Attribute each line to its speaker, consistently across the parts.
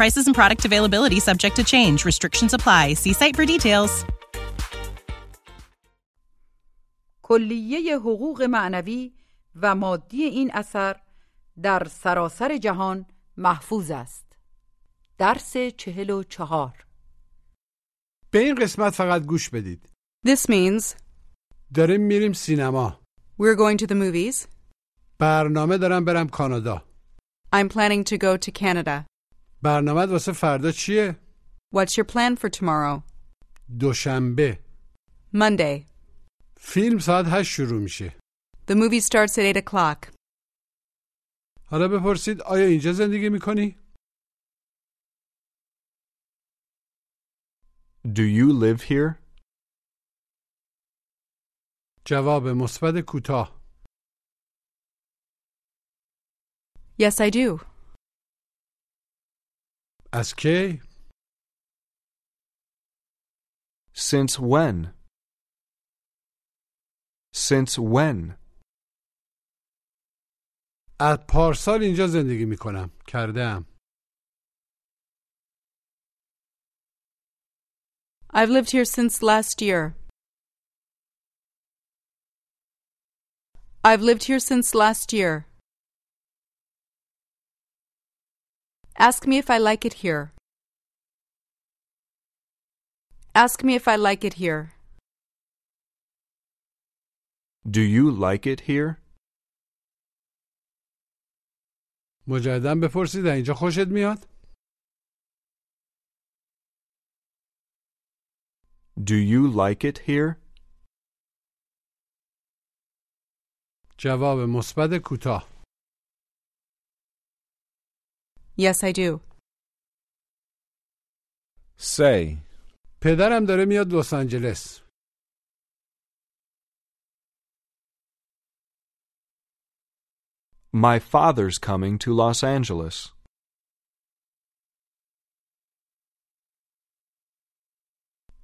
Speaker 1: Prices and product availability subject to change. Restrictions apply. See site for details.
Speaker 2: کلیه حقوق معنوی و مادی این اثر در سراسر جهان محفوظ است درس چهل و چهار
Speaker 3: به این قسمت فقط گوش بدید
Speaker 4: This means
Speaker 3: داریم میریم سینما
Speaker 4: we're going to the movies.
Speaker 3: برنامه دارم برم کانادا
Speaker 4: I'm planning to go to Canada.
Speaker 3: برنامه واسه فردا چیه؟
Speaker 4: What's your plan for tomorrow?
Speaker 3: دوشنبه
Speaker 4: Monday.
Speaker 3: فیلم ساعت هشت شروع میشه
Speaker 4: The movie starts at 8 o'clock.
Speaker 3: حالا بپرسید آیا اینجا زندگی میکنی؟
Speaker 5: Do you live here?
Speaker 3: جواب مثبت کوتاه
Speaker 4: Yes, I do.
Speaker 3: از کی؟
Speaker 5: Since when? Since when?
Speaker 3: از پارسال اینجا زندگی میکنم کردم
Speaker 4: I've lived here since last year. I've lived here since last year. Ask me if I like it here. Ask me if I like it here.
Speaker 5: Do you like it here?
Speaker 3: مجددا بپرسید "از اینجا خوشت میاد؟
Speaker 5: Do you like it here?
Speaker 3: جواب مثبت کوتاه
Speaker 4: Yes, I do.
Speaker 5: Say.
Speaker 3: پدرم داره میاد لس آنجلس
Speaker 5: My father's coming to Los Angeles.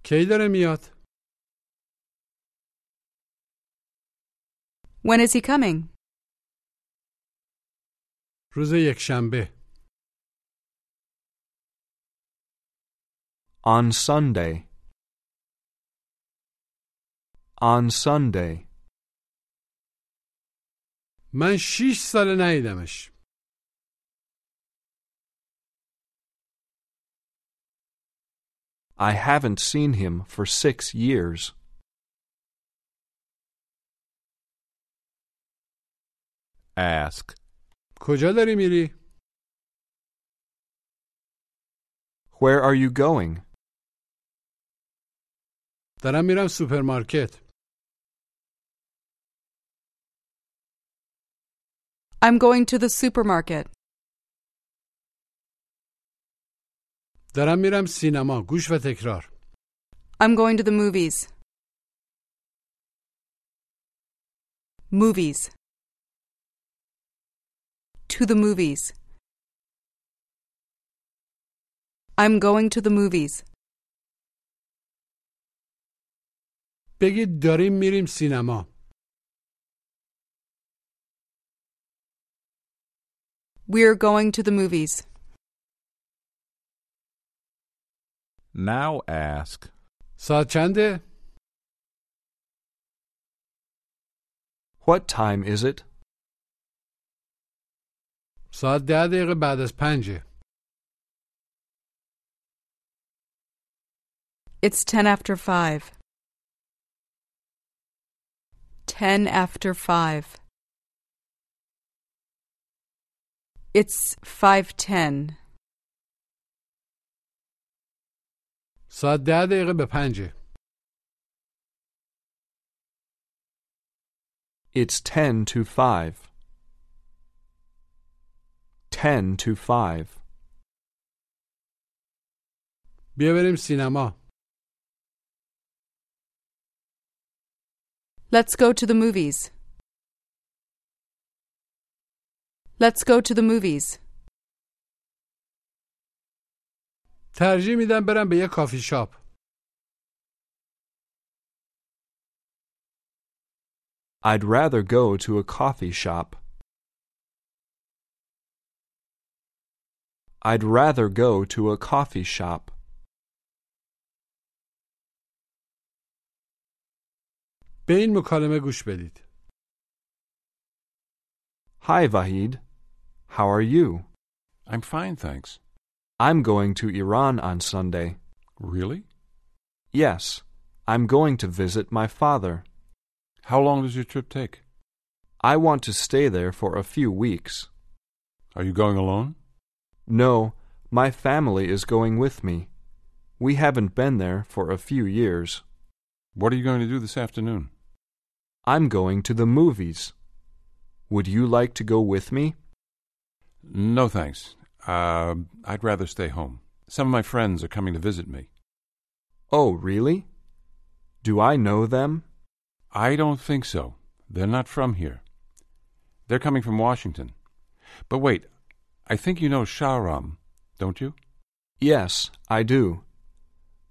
Speaker 3: کی داره میاد؟
Speaker 4: When is he coming?
Speaker 3: روز یکشنبه
Speaker 5: On Sunday. On Sunday.
Speaker 3: من شیش سال ندیدمش
Speaker 5: I haven't seen him for six years. Ask.
Speaker 3: کجا داری میری؟
Speaker 5: Where are you going?
Speaker 3: دارم میرم سوپرمارکت
Speaker 4: I'm going to the supermarket.
Speaker 3: دارم میرم سینما گوش و تکرار
Speaker 4: I'm going to the movies. Movies. To the movies. I'm going to the movies.
Speaker 3: بگید داریم میریم سینما
Speaker 4: We're going to the movies.
Speaker 5: Now ask.
Speaker 3: ساعت چنده؟
Speaker 5: What time is it?
Speaker 3: ساعت ده دقیقه بعد از پنجه
Speaker 4: It's 10 after 5. 10 after 5. It's 5:10.
Speaker 3: ساعت ده دقیقه به پنجه
Speaker 5: It's ten to five. Ten to five.
Speaker 3: بیا بریم سینما
Speaker 4: Let's go to the movies. Let's go to the movies.
Speaker 3: ترجیح میدم برم به یه کافی شاپ
Speaker 5: I'd rather go to a coffee shop. I'd rather go to a coffee shop.
Speaker 3: به این مکالمه گوش بدید
Speaker 5: Hi, Vahid. How are you?
Speaker 6: I'm fine, thanks.
Speaker 5: I'm going to Iran on Sunday.
Speaker 6: Really?
Speaker 5: Yes, I'm going to visit my father.
Speaker 6: How long does your trip take?
Speaker 5: I want to stay there for a few weeks.
Speaker 6: Are you going alone?
Speaker 5: No, my family is going with me. We haven't been there for a few years.
Speaker 6: What are you going to do this afternoon?
Speaker 5: I'm going to the movies. Would you like to go with me?
Speaker 6: No, thanks. Uh, I'd rather stay home. Some of my friends are coming to visit me.
Speaker 5: Oh, really? Do I know them?
Speaker 6: I don't think so. They're not from here. They're coming from Washington. But wait, I think you know Shahram, don't you?
Speaker 5: Yes, I do.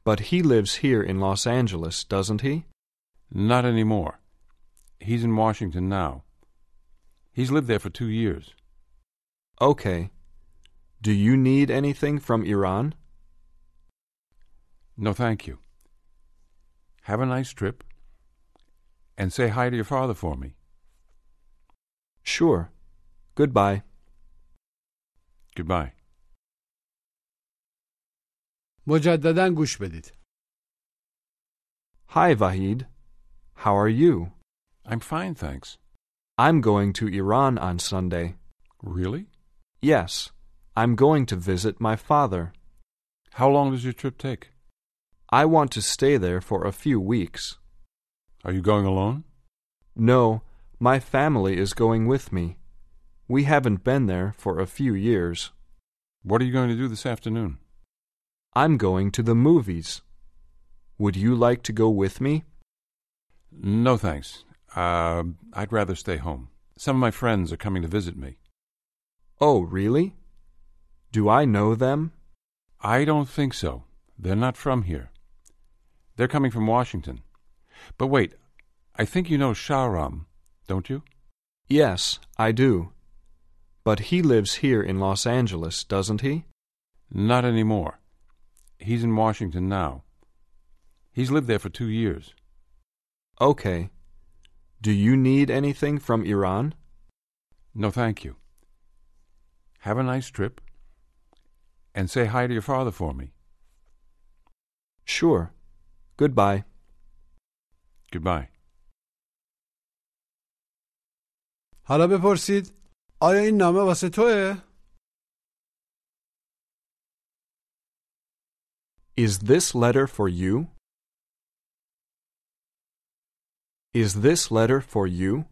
Speaker 5: But he lives here in Los Angeles, doesn't he?
Speaker 6: Not anymore. He's in Washington now. He's lived there for two years.
Speaker 5: Okay. Do you need anything from Iran?
Speaker 6: No, thank you. Have a nice trip. And say hi to your father for me.
Speaker 5: Sure. Goodbye.
Speaker 6: Goodbye.
Speaker 3: مجددا گوش بدید
Speaker 5: Hi, Vahid. How are you?
Speaker 6: I'm fine, thanks.
Speaker 5: I'm going to Iran on Sunday.
Speaker 6: Really?
Speaker 5: Yes, I'm going to visit my father.
Speaker 6: How long does your trip take?
Speaker 5: I want to stay there for a few weeks.
Speaker 6: Are you going alone?
Speaker 5: No, my family is going with me. We haven't been there for a few years.
Speaker 6: What are you going to do this afternoon?
Speaker 5: I'm going to the movies. Would you like to go with me?
Speaker 6: No, thanks. Uh, I'd rather stay home. Some of my friends are coming to visit me.
Speaker 5: Oh, really? Do I know them?
Speaker 6: I don't think so. They're not from here. They're coming from Washington. But wait, I think you know Shahram, don't you?
Speaker 5: Yes, I do. But he lives here in Los Angeles, doesn't he?
Speaker 6: Not anymore. He's in Washington now. He's lived there for two years.
Speaker 5: Okay. Do you need anything from Iran?
Speaker 6: No, thank you. Have a nice trip. And say hi to your father for me.
Speaker 5: Sure. Goodbye.
Speaker 6: Goodbye.
Speaker 3: حالا بپرسید آیا این نامه واسه توه؟
Speaker 5: Is this letter for you? Is this letter for you?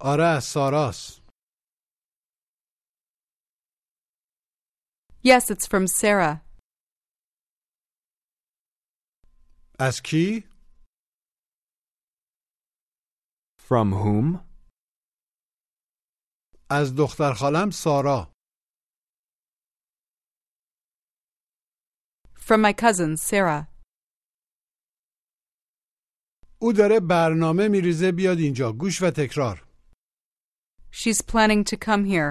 Speaker 3: آره از ساراست
Speaker 4: Yes, it's from Sarah.
Speaker 3: از کی؟
Speaker 5: From whom?
Speaker 3: از دختر خالم سارا
Speaker 4: From my cousin, Sarah.
Speaker 3: او داره برنامه میریزه بیاد اینجا گوش و تکرار
Speaker 4: She's planning to come here.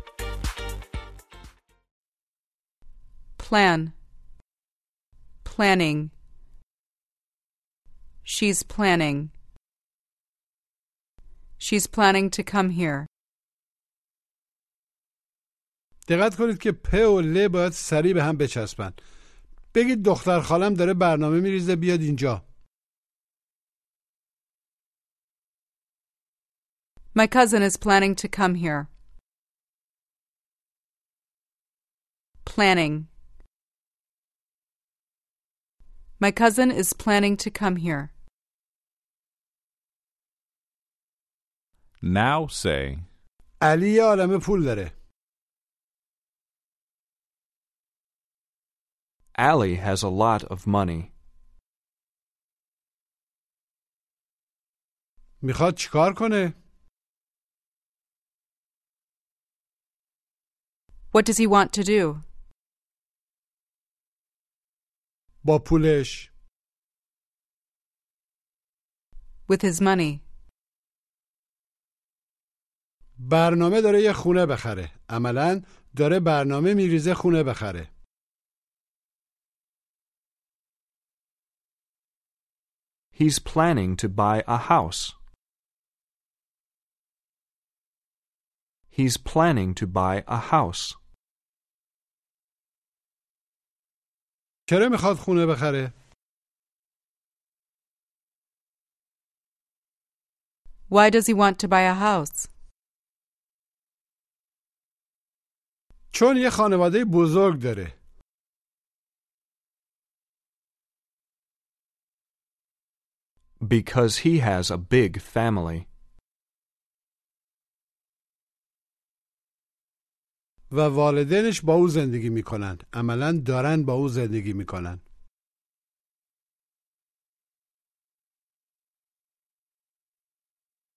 Speaker 4: Plan. Planning. She's planning. She's planning to come here.
Speaker 3: دقت کنید که پ و ل باید سریع به هم بچسبن بگید دختر خالم داره برنامه میریزه بیاد اینجا
Speaker 4: My cousin is planning to come here. Planning. My cousin is planning to come here.
Speaker 7: Now say,
Speaker 3: علی یه عالمه پول داره
Speaker 5: Allie has a lot of money.
Speaker 3: میخواد چیکار کنه
Speaker 4: What does he want to do?
Speaker 3: با پولش
Speaker 4: With his money.
Speaker 3: برنامه داره یه خونه بخره عملا داره برنامه میریزه خونه بخره
Speaker 5: He's planning to buy a house. He's planning to buy a house.
Speaker 3: چرا میخواد خونه بخره
Speaker 4: Why does he want to buy a house?
Speaker 3: چون یه خانواده بزرگ داره
Speaker 5: Because he has a big family.
Speaker 3: و والدینش با او زندگی میکنن عملا دارن با او زندگی میکنن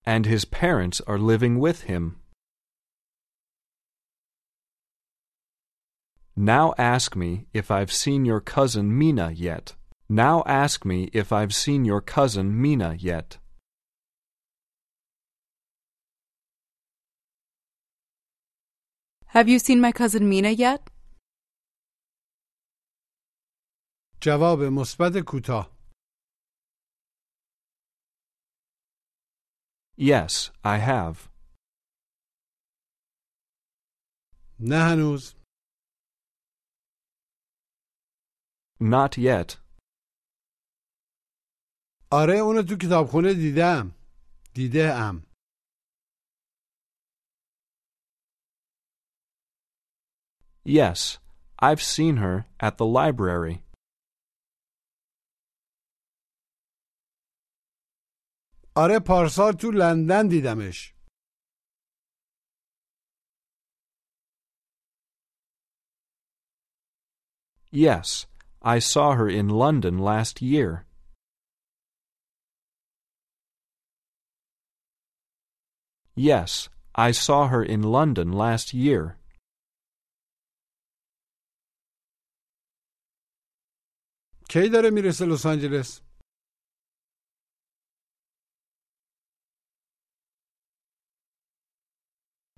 Speaker 5: And his parents are living with him. Now ask me if I've seen your cousin Mina yet. Now ask me if I've seen your cousin Mina yet.
Speaker 4: Have you seen my cousin Mina yet?
Speaker 3: جواب مثبت کوتاه
Speaker 5: Yes, I have.
Speaker 3: نه هنوز
Speaker 5: Not yet.
Speaker 3: آره اونو تو کتابخونه دیدم دیده ام
Speaker 5: Yes, I've seen her at the library.
Speaker 3: آره پارسال تو لندن دیدمش
Speaker 5: Yes, I saw her in London last year. Yes, I saw her in London last year.
Speaker 3: کی داره میرسه لس آنجلس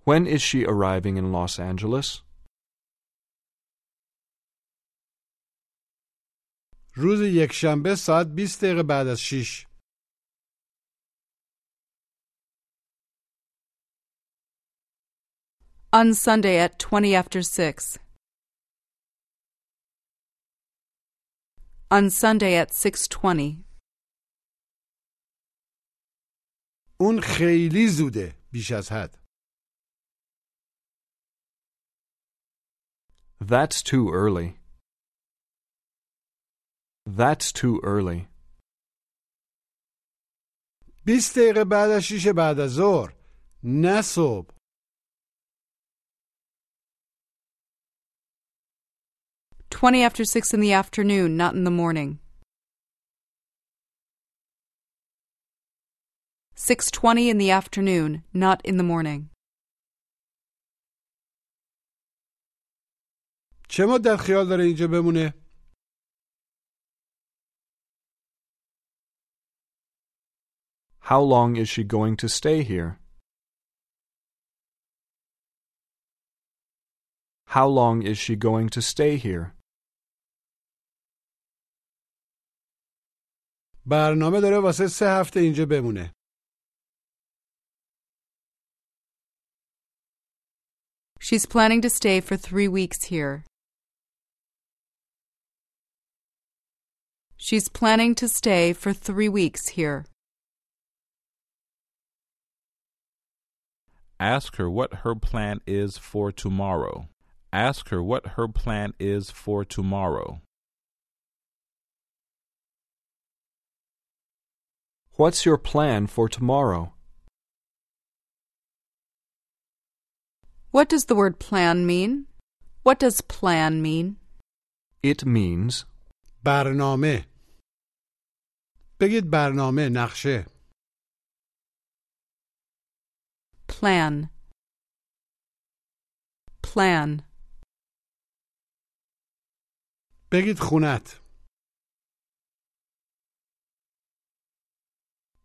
Speaker 5: When is she arriving in Los Angeles?
Speaker 3: روز یکشنبه ساعت 20 دقیقه بعد از 6
Speaker 4: On Sunday at 20 after 6. On Sunday at 6:20.
Speaker 3: اون خیلی زوده بیش از حد
Speaker 5: That's too early. That's too early.
Speaker 3: 20 دقیقه بعد از 6 بعد از ظهر نه صبح
Speaker 4: Twenty after six in the afternoon, not in the morning. Six twenty in the afternoon, not in the morning.
Speaker 3: چه مدت خیال داره اینجا بمونه
Speaker 5: How long is she going to stay here? How long is she going to stay here?
Speaker 3: برنامه داره واسه سه هفته اینجا بمونه
Speaker 4: She She's planning to stay for three weeks here. She's planning to stay for three weeks here.
Speaker 7: Ask her what her plan is for tomorrow. Ask her what her plan is for tomorrow.
Speaker 5: What's your plan for tomorrow?
Speaker 4: What does the word plan mean? What does plan mean?
Speaker 5: It means
Speaker 3: برنامه بگید برنامه نقشه
Speaker 4: Plan. Plan.
Speaker 3: بگید خونت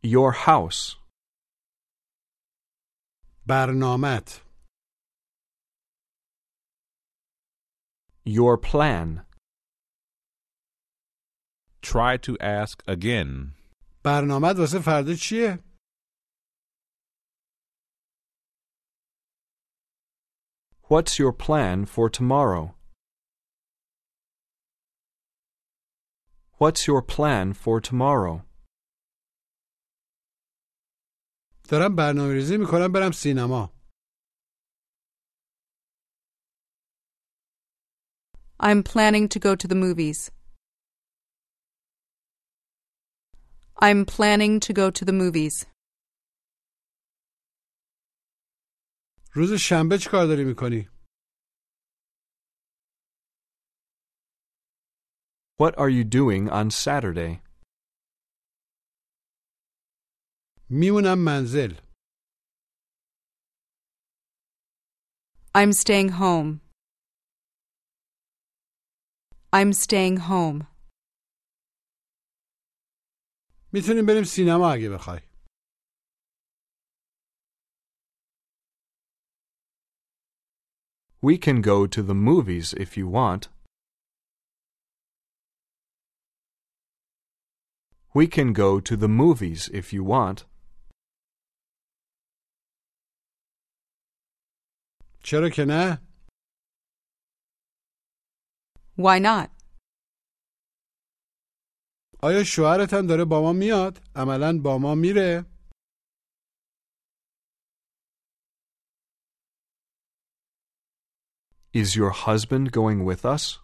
Speaker 5: your house,
Speaker 3: برنامت
Speaker 5: your plan,
Speaker 7: Try to ask again.
Speaker 3: برنامت واسه فردا چیه؟
Speaker 5: what's your plan for tomorrow? What's your plan for tomorrow?
Speaker 3: دارم برنامه ریزی میکنم برم سینما
Speaker 4: I'm planning to go to the movies. I'm planning to go to the movies.
Speaker 3: روز شنبه چی کار داری میکنی؟
Speaker 5: What are you doing on Saturday?
Speaker 3: میمونم منزل
Speaker 4: I'm staying home. I'm staying home.
Speaker 3: میتونیم بریم سینما اگه بخوای
Speaker 5: We can go to the movies if you want. We can go to the movies if you want.
Speaker 3: چرا که نه؟
Speaker 4: Why not?
Speaker 3: آیا شوهرت هم داره با ما میاد؟ عملا با ما میره؟
Speaker 5: Is your husband going with us?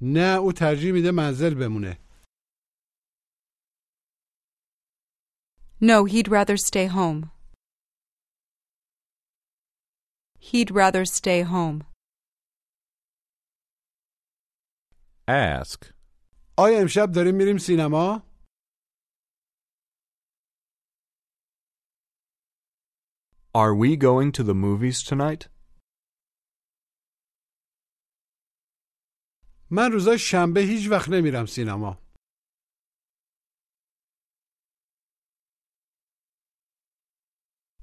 Speaker 3: نه او ترجیح میده منزل بمونه
Speaker 4: No, he'd rather stay home. He'd rather stay home.
Speaker 7: Ask.
Speaker 3: آیا امشب داریم میریم سینما؟
Speaker 5: Are we going to the movies tonight?
Speaker 3: من روزای شنبه هیچ وقت نمیرم سینما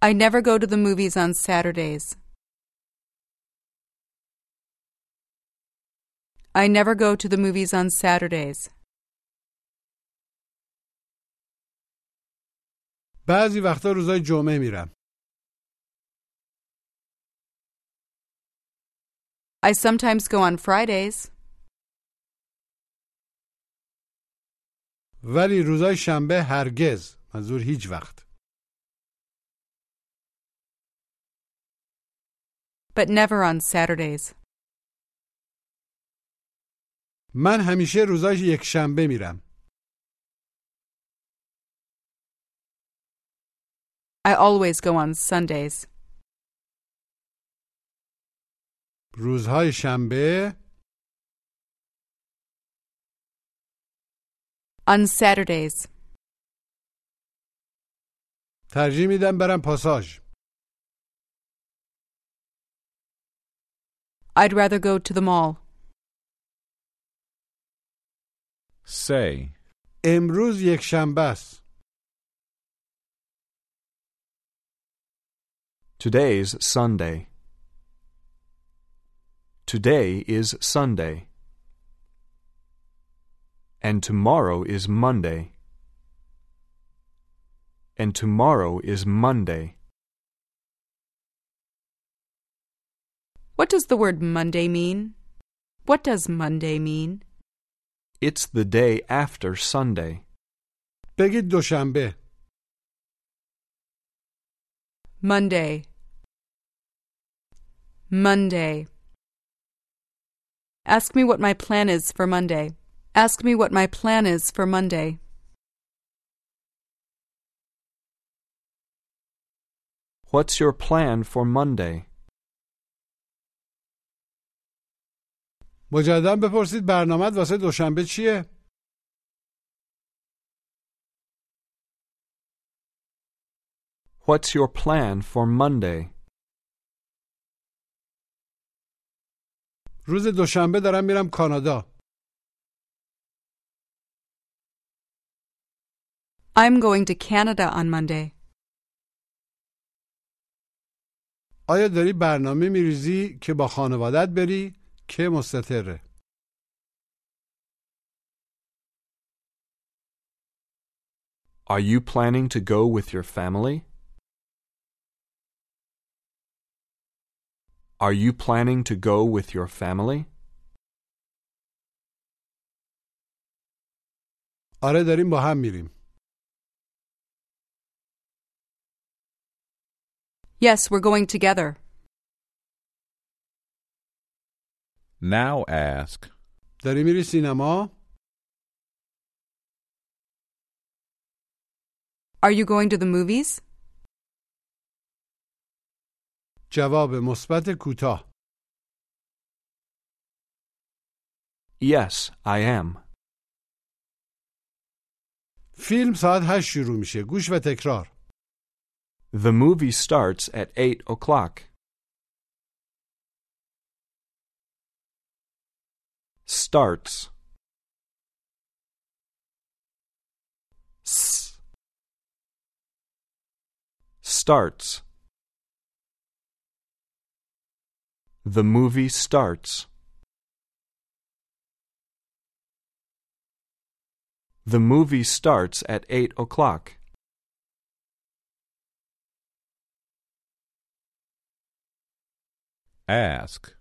Speaker 4: I never go to the movies on Saturdays. I never go to the movies on Saturdays.
Speaker 3: بعضی وقتا روزای جمعه میرم
Speaker 4: I sometimes go on Fridays,
Speaker 3: ولی روزای شنبه هرگز منظور هیچ وقت
Speaker 4: but never on Saturdays.
Speaker 3: من همیشه روزای یک شنبه میرم
Speaker 4: I always go on Sundays.
Speaker 3: روزهای شنبه
Speaker 4: On Saturdays,
Speaker 3: ترجیح میدم برم پاساژ
Speaker 4: I'd rather go to the mall.
Speaker 7: Say.
Speaker 3: امروز یک شنبه است
Speaker 5: Today's Sunday. Today is Sunday. And tomorrow is Monday. And tomorrow is Monday.
Speaker 4: What does the word Monday mean? What does Monday mean?
Speaker 5: It's the day after Sunday.
Speaker 3: بگید دوشنبه
Speaker 4: Monday. Monday. Ask me what my plan is for Monday. Ask me what my plan is for Monday.
Speaker 5: What's your plan for Monday?
Speaker 3: مجددا بپرسید برنامه واسه دوشنبه چیه
Speaker 5: What's your plan for Monday?
Speaker 3: روز دوشنبه دارم میرم کانادا
Speaker 4: I'm going to Canada on Monday.
Speaker 3: آیا داری برنامه میریزی که با خانوادت بری که مستطره
Speaker 5: Are you planning to go with your family? Are you planning to go with your family?
Speaker 3: آره داریم با هم میریم
Speaker 4: Yes, we're going together.
Speaker 7: Now ask,
Speaker 3: داری میری سینما
Speaker 4: Are you going to the movies?
Speaker 3: جواب مثبت کوتاه
Speaker 5: Yes, I am.
Speaker 3: فیلم ساعت 8 شروع میشه گوش و تکرار
Speaker 5: The movie starts at 8 o'clock. Starts. S. Starts. The movie starts. The movie starts at 8 o'clock.
Speaker 7: ask,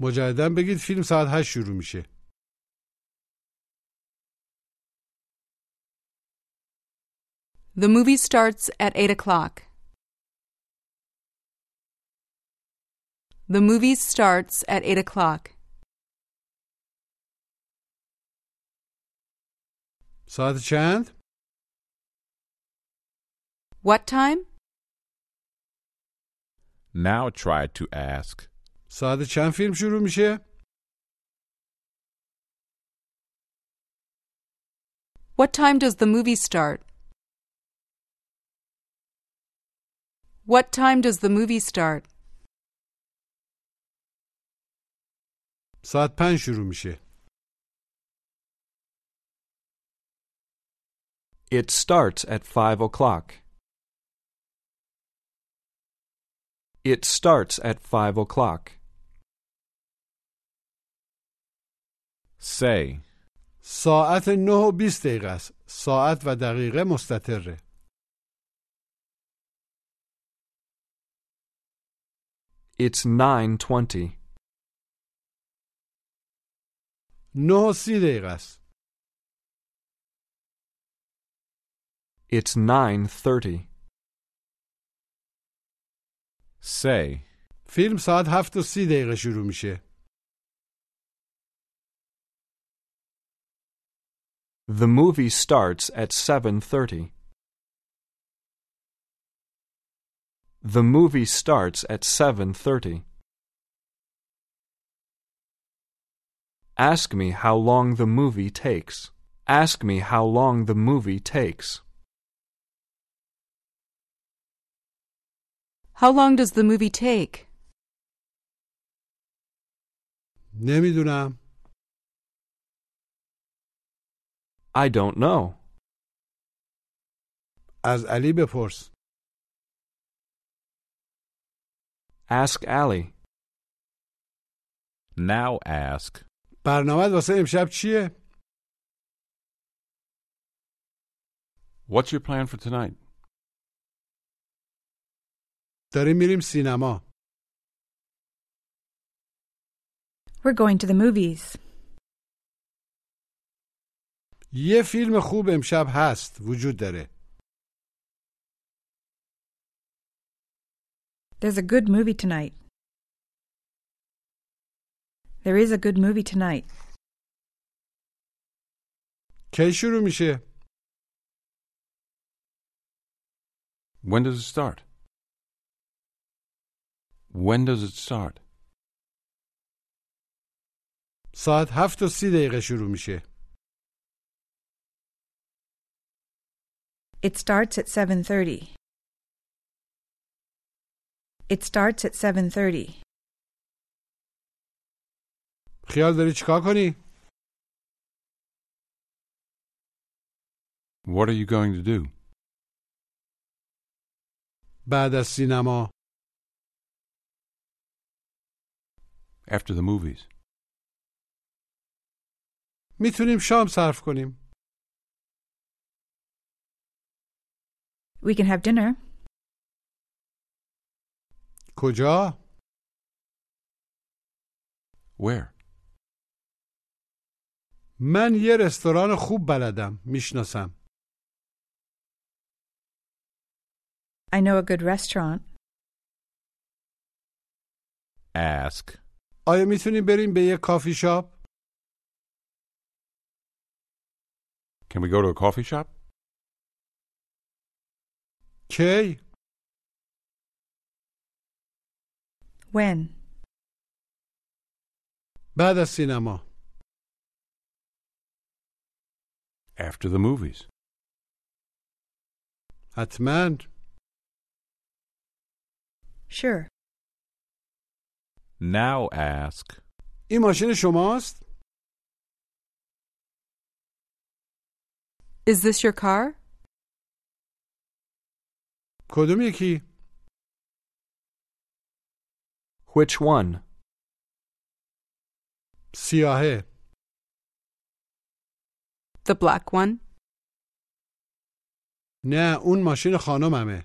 Speaker 3: مجددا بگید فیلم ساعت 8 شروع میشه
Speaker 4: The movie starts at 8 o'clock. The movie starts at 8 o'clock.
Speaker 3: ساعت چند
Speaker 4: What time?
Speaker 7: now try to ask,
Speaker 3: ساعت چند فیلم شروع میشه
Speaker 4: What time does the movie start? What time does the movie start?
Speaker 3: ساعت 5 شروع میشه
Speaker 5: It starts at five o'clock. It starts at five o'clock.
Speaker 7: say,
Speaker 3: ساعت 9 و 20 دقیقه است ساعت و دقیقه مستطره
Speaker 5: It's nine twenty.
Speaker 3: 9 و 30 دقیقه است
Speaker 5: It's nine thirty.
Speaker 7: say,
Speaker 3: فیلم ساعت 7 و 30 دقیقه شروع میشه
Speaker 5: The movie starts at seven thirty. The movie starts at seven thirty. Ask me how long the movie takes. Ask me how long the movie takes.
Speaker 4: How long does the movie take?
Speaker 3: نمیدونم
Speaker 5: I don't know.
Speaker 3: از علی بپرس
Speaker 5: Ask Allie.
Speaker 7: now ask,
Speaker 3: برنامه واسه امشب چیه
Speaker 6: What's your plan for tonight?
Speaker 3: داریم میریم سینما
Speaker 8: We're going to the movies.
Speaker 3: یه فیلم خوب امشب هست وجود داره
Speaker 8: There's a good movie tonight. There is a good movie tonight.
Speaker 3: کی شروع میشه
Speaker 6: When does it start? When does it start?
Speaker 3: ساعت هفت و سی دقیقه شروع میشه
Speaker 8: It starts at 7:30. It starts at 7:30.
Speaker 3: خیال داری چیکار کنی
Speaker 6: What are you going to do
Speaker 3: بعد از سینما
Speaker 6: after the movies?
Speaker 3: میتونیم شام صرف کنیم
Speaker 8: We can have dinner
Speaker 3: کجا
Speaker 6: Where?
Speaker 3: من یه رستوران خوب بلدم میشناسم
Speaker 8: I know a good restaurant.
Speaker 7: Ask.
Speaker 3: آیا میتونیم بریم به یه کافی شاپ
Speaker 6: Can we go to a coffee shop?
Speaker 3: کی
Speaker 8: When?
Speaker 3: بعد از سینما
Speaker 6: After the movies.
Speaker 3: حتما
Speaker 8: Sure.
Speaker 7: Now ask.
Speaker 3: این ماشین شماست
Speaker 4: Is this your car?
Speaker 3: کدوم یکی
Speaker 5: Which one?
Speaker 3: سیاهه
Speaker 4: The black one?
Speaker 3: نه اون ماشین خانممه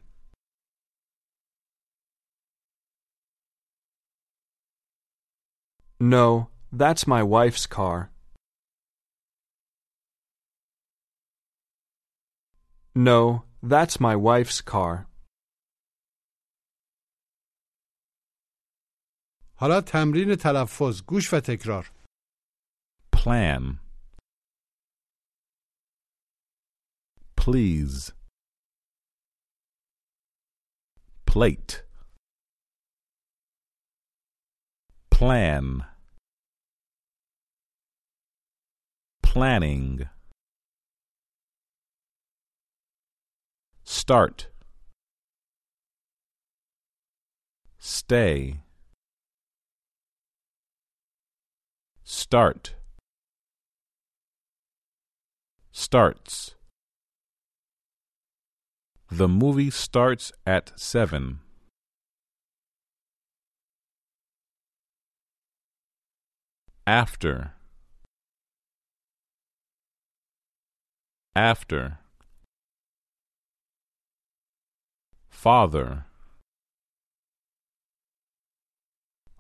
Speaker 5: No, that's my wife's car. No, that's my wife's car.
Speaker 3: حالا تمرین تلفظ گوش و تکرار
Speaker 7: Plan. Please. Plate. Plan. Planning. Start. Stay. Start starts. The movie starts at 7. After. After. Father.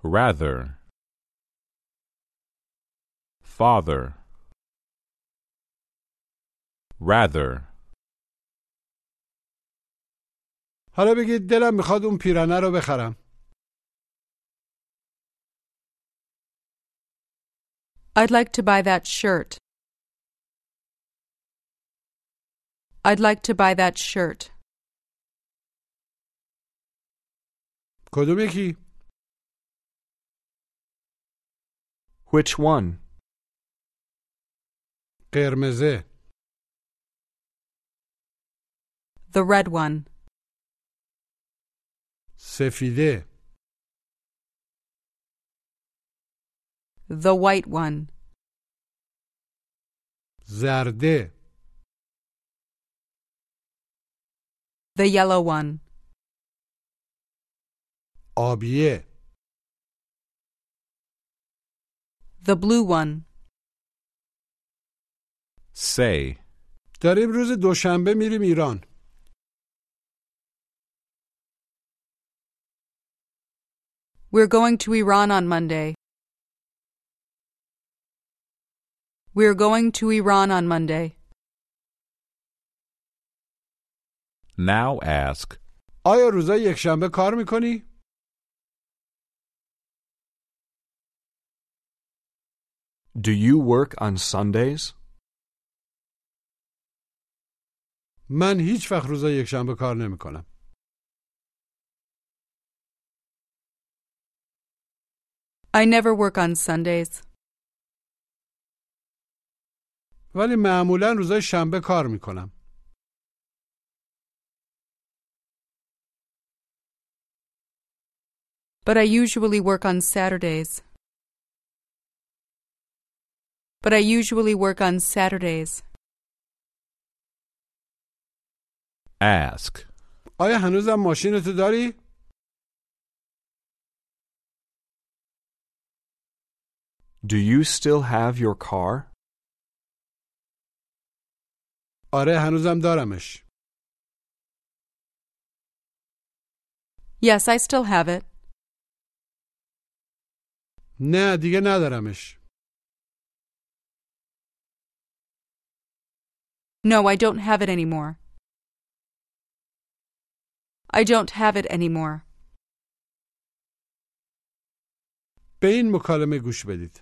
Speaker 7: Rather. Father rather.
Speaker 3: حالا بگید دلم میخواد اون پیرنه رو بخرم
Speaker 4: I'd like to buy that shirt. I'd like to buy that shirt.
Speaker 3: کدوم یکی
Speaker 5: Which one?
Speaker 3: قرمزه
Speaker 4: The red one.
Speaker 3: سفیده
Speaker 4: The white one.
Speaker 3: زرده
Speaker 4: The yellow one.
Speaker 3: آبیه
Speaker 4: The blue one.
Speaker 7: Say.
Speaker 3: داریم روز دوشنبه میریم ایران
Speaker 4: We're going to Iran on Monday. We're going to Iran on Monday.
Speaker 7: Now ask,
Speaker 3: آیا روزای یکشنبه کار میکنی؟
Speaker 5: Do you work on Sundays?
Speaker 3: من هیچ وقت روزای یکشنبه کار نمیکنم.
Speaker 4: I never work on Sundays,
Speaker 3: ولی معمولا روزای شنبه کار میکنم.
Speaker 4: but I usually work on Saturdays. But I usually work on Saturdays.
Speaker 7: ask.
Speaker 3: آیا هنوزم ماشینتو داری؟
Speaker 5: Do you still have your car?
Speaker 3: آره هنوزم دارمش.
Speaker 4: Yes, I still have it.
Speaker 3: نه دیگه ندارمش.
Speaker 4: No, I don't have it anymore. I don't have it anymore.
Speaker 3: به این مکالمه گوش بدید.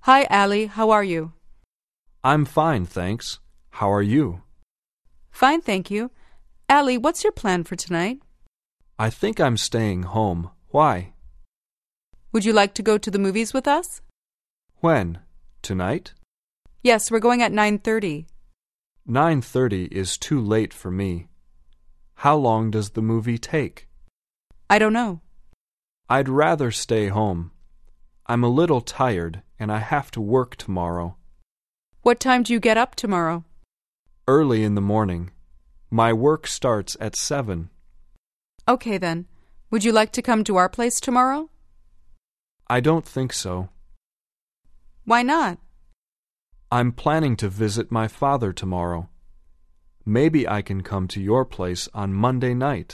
Speaker 4: Hi, Allie. How are you?
Speaker 5: I'm fine, thanks. How are you?
Speaker 4: Fine, thank you. Allie, what's your plan for tonight?
Speaker 5: I think I'm staying home. Why?
Speaker 4: Would you like to go to the movies with us?
Speaker 5: When? Tonight?
Speaker 4: Yes, we're going at 9:30.
Speaker 5: 9:30 is too late for me. How long does the movie take?
Speaker 4: I don't know.
Speaker 5: I'd rather stay home. I'm a little tired and I have to work tomorrow.
Speaker 4: What time do you get up tomorrow?
Speaker 5: Early in the morning. My work starts at 7.
Speaker 4: Okay then. Would you like to come to our place tomorrow?
Speaker 5: I don't think so.
Speaker 4: Why not?
Speaker 5: I'm planning to visit my father tomorrow. Maybe I can come to your place on Monday night.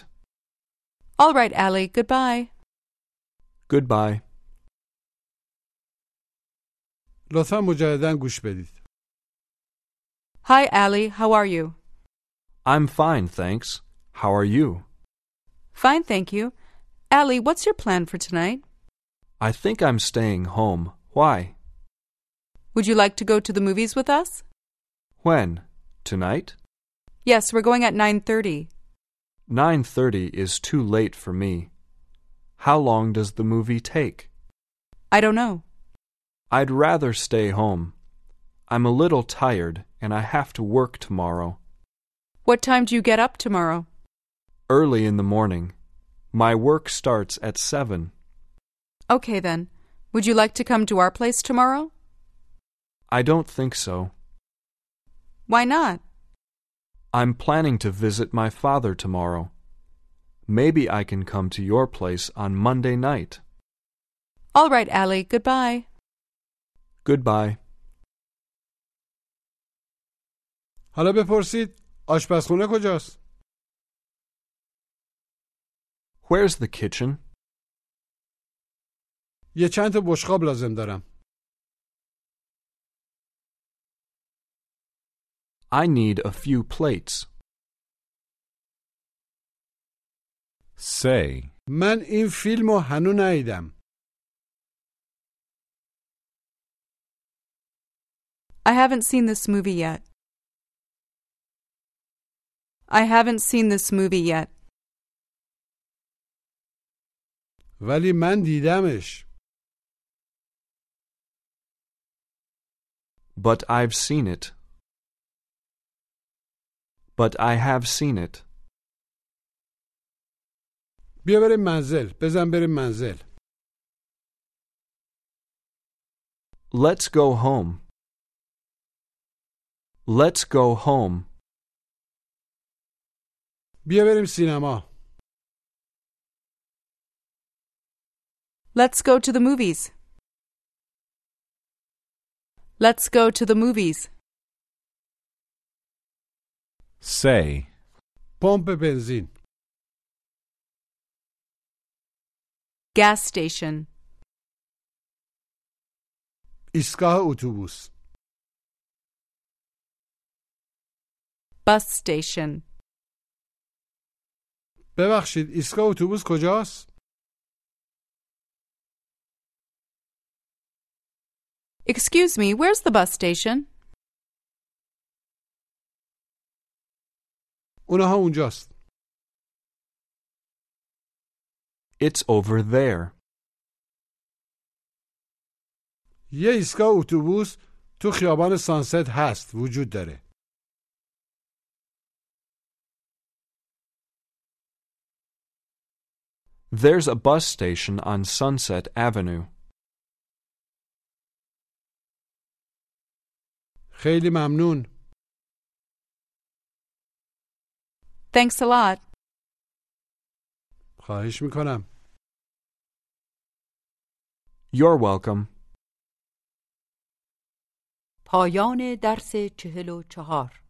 Speaker 4: All right, Allie. Goodbye.
Speaker 5: Goodbye.
Speaker 3: لطفا مجددا گوش بدید.
Speaker 4: Hi, Allie. How are you?
Speaker 5: I'm fine, thanks. How are you?
Speaker 4: Fine, thank you. Allie, what's your plan for tonight?
Speaker 5: I think I'm staying home. Why?
Speaker 4: Would you like to go to the movies with us?
Speaker 5: When? Tonight?
Speaker 4: Yes, we're going at 9:30.
Speaker 5: 9:30 is too late for me. How long does the movie take?
Speaker 4: I don't know.
Speaker 5: I'd rather stay home. I'm a little tired and I have to work tomorrow.
Speaker 4: What time do you get up tomorrow?
Speaker 5: Early in the morning. My work starts at 7.
Speaker 4: Okay then. Would you like to come to our place tomorrow?
Speaker 5: I don't think so.
Speaker 4: Why not?
Speaker 5: I'm planning to visit my father tomorrow. Maybe I can come to your place on Monday night.
Speaker 4: All right, Allie. Goodbye.
Speaker 5: Goodbye.
Speaker 3: حالا بپرسید آشپزخونه کجاست؟
Speaker 5: Where's the kitchen?
Speaker 3: یه چند تا بشقاب لازم دارم.
Speaker 5: I need a few plates.
Speaker 7: Say,
Speaker 3: من این فیلم رو هنو ندیدم.
Speaker 4: I haven't seen this movie yet. I haven't seen this movie yet,
Speaker 3: ولی من دیدمش.
Speaker 5: But I've seen it. But I have seen it.
Speaker 3: بیا بریم منزل. بزن بریم منزل.
Speaker 5: Let's go home. Let's go home.
Speaker 3: بیا بریم سینما
Speaker 4: Let's go to the movies. Let's go to the movies.
Speaker 7: Say,
Speaker 3: پمپ بنزین
Speaker 4: Gas station.
Speaker 3: ایستگاه اتوبوس
Speaker 4: Bus station.
Speaker 3: ببخشید ایستگاه اتوبوس کجاست
Speaker 4: Excuse me, where's the bus station?
Speaker 3: اونها اونجاست
Speaker 5: It's over there.
Speaker 3: یه ایستگاه اتوبوس تو خیابان سانست هست وجود داره
Speaker 5: There's a bus station on Sunset Avenue.
Speaker 3: خیلی ممنون
Speaker 4: Thanks a lot.
Speaker 3: خواهش میکنم
Speaker 5: You're welcome.
Speaker 2: پایان درس چهل و چهار